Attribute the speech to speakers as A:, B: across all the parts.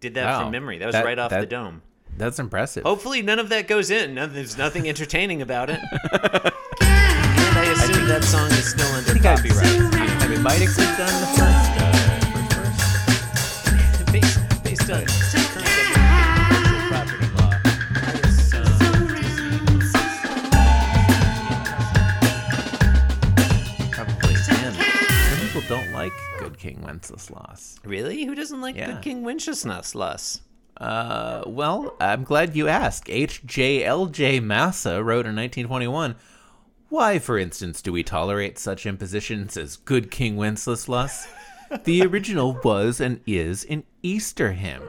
A: Did that
B: Wow.
A: from memory. That was
B: That-
A: right off
B: that-
A: the dome.
B: That's impressive.
A: Hopefully, none of that goes in. None, there's nothing entertaining about it. and I assume that song is still under copyright.
B: I might have done the first. uh,
A: Based, based on current agricultural property law, I was, uh,
B: Probably him. Some people don't like Good King Wenceslas.
A: Really? Who doesn't like
B: Yeah.
A: the King Wenceslas?
B: Uh, well, I'm glad you asked. H.J.L.J. Massa wrote in 1921 Why, for instance, do we tolerate such impositions as Good King Wenceslas? The original was and is an Easter hymn.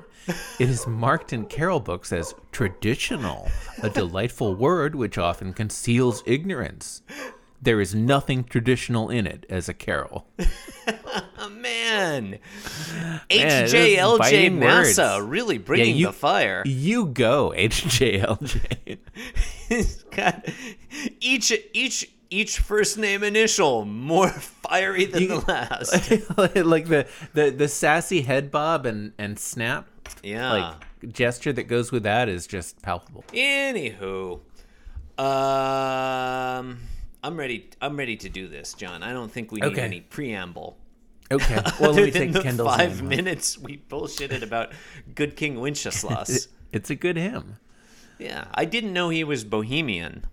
B: It is marked in carol books as traditional, a delightful word which often conceals ignorance. There is nothing traditional in it as a carol.
A: Oh, man.
B: this is
A: HJLJ
B: biting words.
A: Massa really bringing
B: you-
A: the fire.
B: You go, H.J.L.J.
A: God, each each each first name initial more fiery than the last.
B: like the, the the sassy head bob and and snap
A: Yeah.
B: like gesture that goes with that is just palpable.
A: Anywho, um, I'm ready. I'm ready to do this, John. I don't think we need
B: Okay.
A: any preamble.
B: Okay, well let
A: Other
B: me
A: than
B: take
A: the
B: Kendall's
A: five
B: name off.
A: minutes we bullshitted about Good King Wenceslas.
B: It- it's a good hymn.
A: yeah, I didn't know he was Bohemian.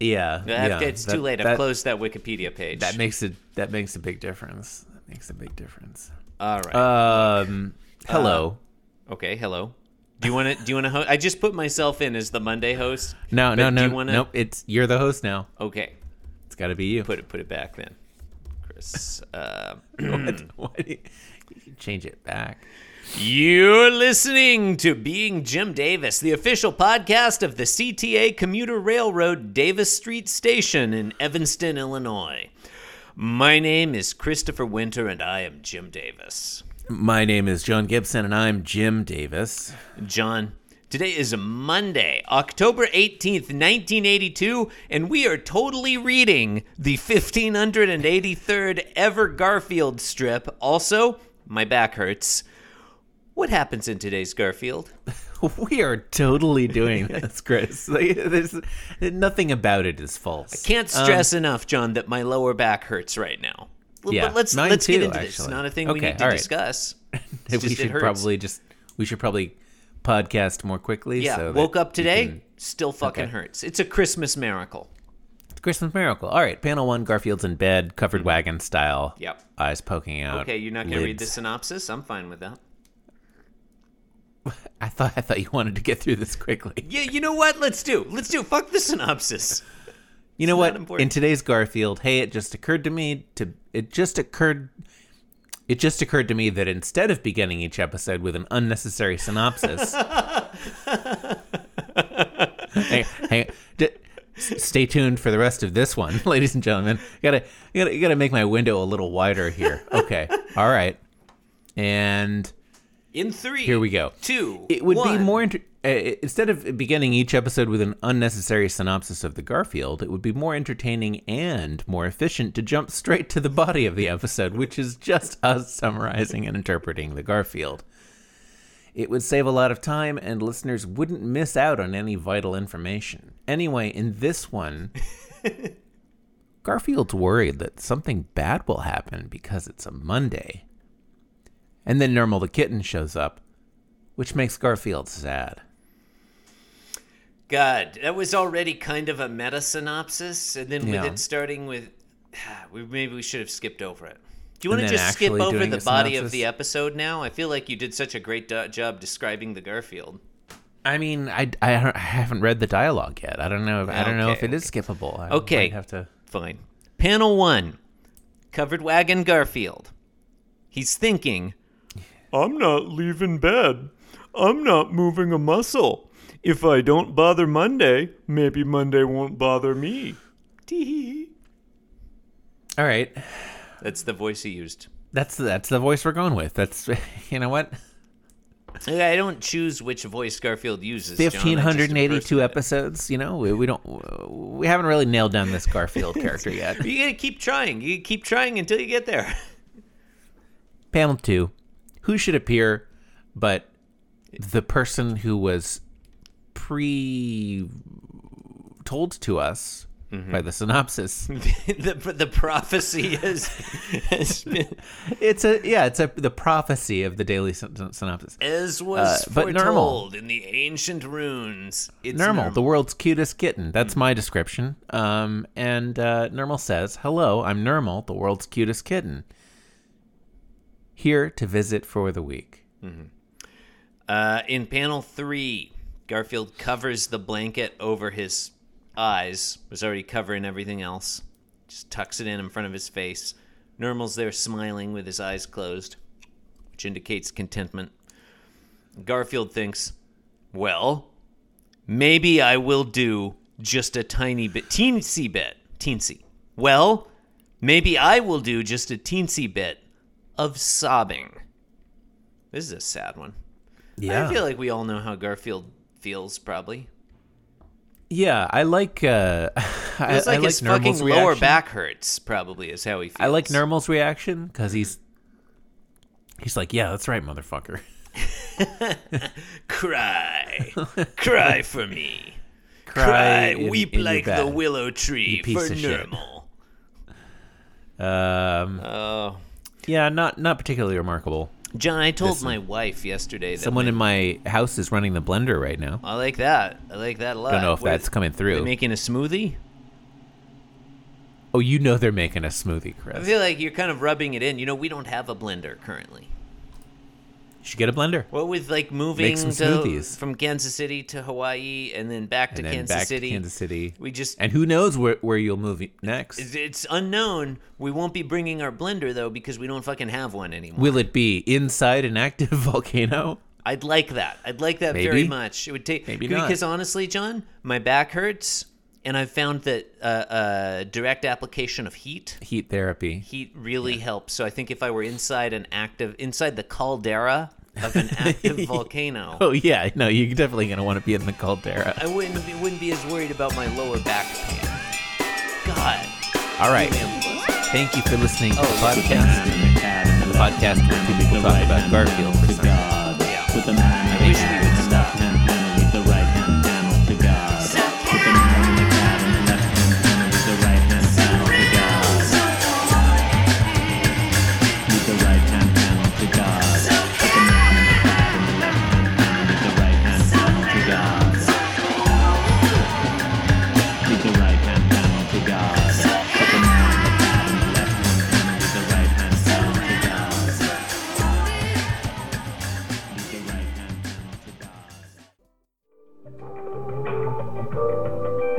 B: Yeah,
A: I have
B: yeah
A: to- it's
B: that-
A: too late. I've
B: That,
A: closed that Wikipedia page.
B: that makes it that makes a big difference. That makes a big difference.
A: All right.
B: Um,
A: Uh,
B: hello.
A: okay. Hello. Do you want to? Do you want to? Ho- I just put myself in as the Monday host.
B: no, no,
A: but do
B: no,
A: you wanna-
B: nope. It's you're the host now.
A: Okay.
B: It's got to be you.
A: Put it. Put it back then, Chris. Uh,
B: Why do you, you can change it back.
A: You're listening to Being Jim Davis, the official podcast of the CTA Commuter Railroad Davis Street Station in Evanston, Illinois. My name is Christopher Winter, and I am Jim Davis.
B: My name is John Gibson, and I'm Jim Davis.
A: John, today is Monday, October 18th, 1982, and we are totally reading the 1583rd ever Garfield strip. Also, my back hurts. What happens in today's Garfield?
B: We are totally doing this, Chris. Like, there's nothing about it is false.
A: Can't stress enough, John, that my lower back hurts right now. L-
B: Yeah,
A: but let's
B: mine
A: let's get
B: too,
A: into this. It's
B: actually.
A: not a thing we
B: Okay,
A: need to
B: all right.
A: discuss. It's
B: we
A: just, it
B: should
A: hurts.
B: probably just we should probably podcast more quickly.
A: yeah.
B: so that
A: woke up today,
B: you can-
A: still fucking
B: Okay.
A: hurts. It's a Christmas miracle.
B: It's a Christmas miracle. All right, panel one. Garfield's in bed, covered wagon style.
A: Yep.
B: Eyes poking out.
A: Okay, you're not gonna read the
B: lids.
A: synopsis. I'm fine with that.
B: I thought I thought you wanted to get through this quickly.
A: Yeah, you know what? Let's do. Let's do. Fuck the synopsis.
B: You know
A: It's not
B: what?
A: important.
B: In today's Garfield, hey, it just occurred to me to it just occurred it just occurred to me that instead of beginning each episode with an unnecessary synopsis, hang, hang, d- s- stay tuned for the rest of this one, ladies and gentlemen. Gotta gotta gotta make my window a little wider here. Okay, all right, and
A: In three.
B: here we go.
A: Two.
B: It would
A: one.
B: be more inter- uh, instead of beginning each episode with an unnecessary synopsis of the Garfield, it would be more entertaining and more efficient to jump straight to the body of the episode, which is just us summarizing and interpreting the Garfield. It would save a lot of time, and listeners wouldn't miss out on any vital information. Anyway, in this one, Garfield's worried that something bad will happen because it's a Monday. And then Normal the kitten shows up, which makes Garfield sad.
A: God, that was already kind of a meta synopsis, and then
B: Yeah.
A: with it starting with, we maybe we should have skipped over it. Do you want to
B: then
A: just skip
B: actually
A: over
B: doing
A: the
B: a
A: body of
B: synopsis?
A: the episode now? I feel like you did such a great do- job describing the Garfield.
B: I mean, I, I, don't- I haven't read the dialogue yet. I don't know. If, I don't know
A: Okay,
B: if it is skippable. I
A: Okay.
B: might have to.
A: Fine. Panel one, covered wagon Garfield. He's thinking,
C: I'm not leaving bed. I'm not moving a muscle. If I don't bother Monday, maybe Monday won't bother me. Tee-hee.
B: All right,
A: that's the voice he used.
B: that's that's the voice we're going with. That's you know what.
A: I don't choose which voice Garfield uses. John. I just
B: Fifteen hundred and eighty-two
A: impersonate it.
B: episodes. You know, we, we don't we haven't really nailed down this Garfield character yet.
A: You gotta keep trying. You keep trying until you get there.
B: Panel two, who should appear, but the person who was pre told to us by
A: Mm-hmm.
B: the synopsis.
A: the the prophecy has, has been,
B: it's a yeah, it's a the prophecy of the daily syn- synopsis.
A: as was
B: Uh, but
A: foretold
B: normal.
A: in the ancient runes. It's Mm.
B: Nermal, the world's cutest kitten. That's my description. Um, and uh, Nermal says, "Hello, I'm Nermal, the world's cutest kitten. Here to visit for the week."
A: Uh, in panel three, Garfield covers the blanket over his eyes, was already covering everything else, just tucks it in in front of his face. Normal's there smiling with his eyes closed, which indicates contentment. Garfield thinks, well, maybe I will do just a tiny bit, teensy bit, teensy. Well, maybe I will do just a teensy bit of sobbing. This is a sad one.
B: Yeah,
A: I feel like we all know how Garfield feels, probably.
B: yeah. I like. Uh, I,
A: It's
B: I
A: like
B: like
A: his fucking
B: Nermal's
A: lower
B: reaction.
A: back hurts, probably, is how he feels.
B: I like Nermal's reaction because he's he's like, "Yeah, that's right, motherfucker."
A: Cry. Cry for me.
B: Cry,
A: Cry.
B: in-
A: Weep
B: in your
A: like the
B: bed.
A: willow tree
B: piece
A: for
B: of shit.
A: Nermal.
B: Um,
A: Oh.
B: yeah, not not particularly remarkable.
A: John, I told my wife yesterday that
B: Someone
A: my-
B: in my house is running the blender right now.
A: I like that. I like that a lot.
B: I don't know if
A: What
B: that's
A: is-
B: coming
A: are they
B: through.
A: making a smoothie?
B: oh, you know they're making a smoothie,
A: I
B: Chris. You
A: feel like you're kind of rubbing it in. You know, we don't have a blender currently.
B: should get a blender.
A: Well, with like moving
B: some
A: to,
B: smoothies.
A: from Kansas City to Hawaii and then back to
B: And then
A: Kansas
B: back
A: City,
B: to Kansas City.
A: we just
B: And who knows where, where you'll move next?
A: It's- It's unknown. We won't be bringing our blender though because we don't fucking have one anymore.
B: Will it be inside an active volcano?
A: I'd like that. I'd like that very
B: Maybe.
A: much. It would take
B: Maybe not.
A: because honestly, John, my back hurts, and I've found that uh, uh, direct application of heat
B: Heat therapy.
A: heat really helps. So I think if I were inside an active inside the caldera of an active volcano,
B: Oh yeah, no, you're definitely gonna want to be in the caldera.
A: I wouldn't be, wouldn't be as worried about my lower back pain. God.
B: All right.
A: give me a-
B: Thank you for listening to the
A: Oh, yeah.
B: podcast. The podcast where two people talk about Garfield for some
A: Yeah.
D: With the man
A: I
D: in
A: wish
D: the
A: we
D: hat
A: would
D: and the
A: stop.
D: left hand panel with the right hand panel to God. With the man in the cat and the left hand panel with the right hand panel to God. With the right hand panel to God. With the man in the cat and the left hand panel with the right hand panel to God. With the right hand panel to God. With the man in the cat and the left hand panel with the right hand panel to God. With the right hand panel to God.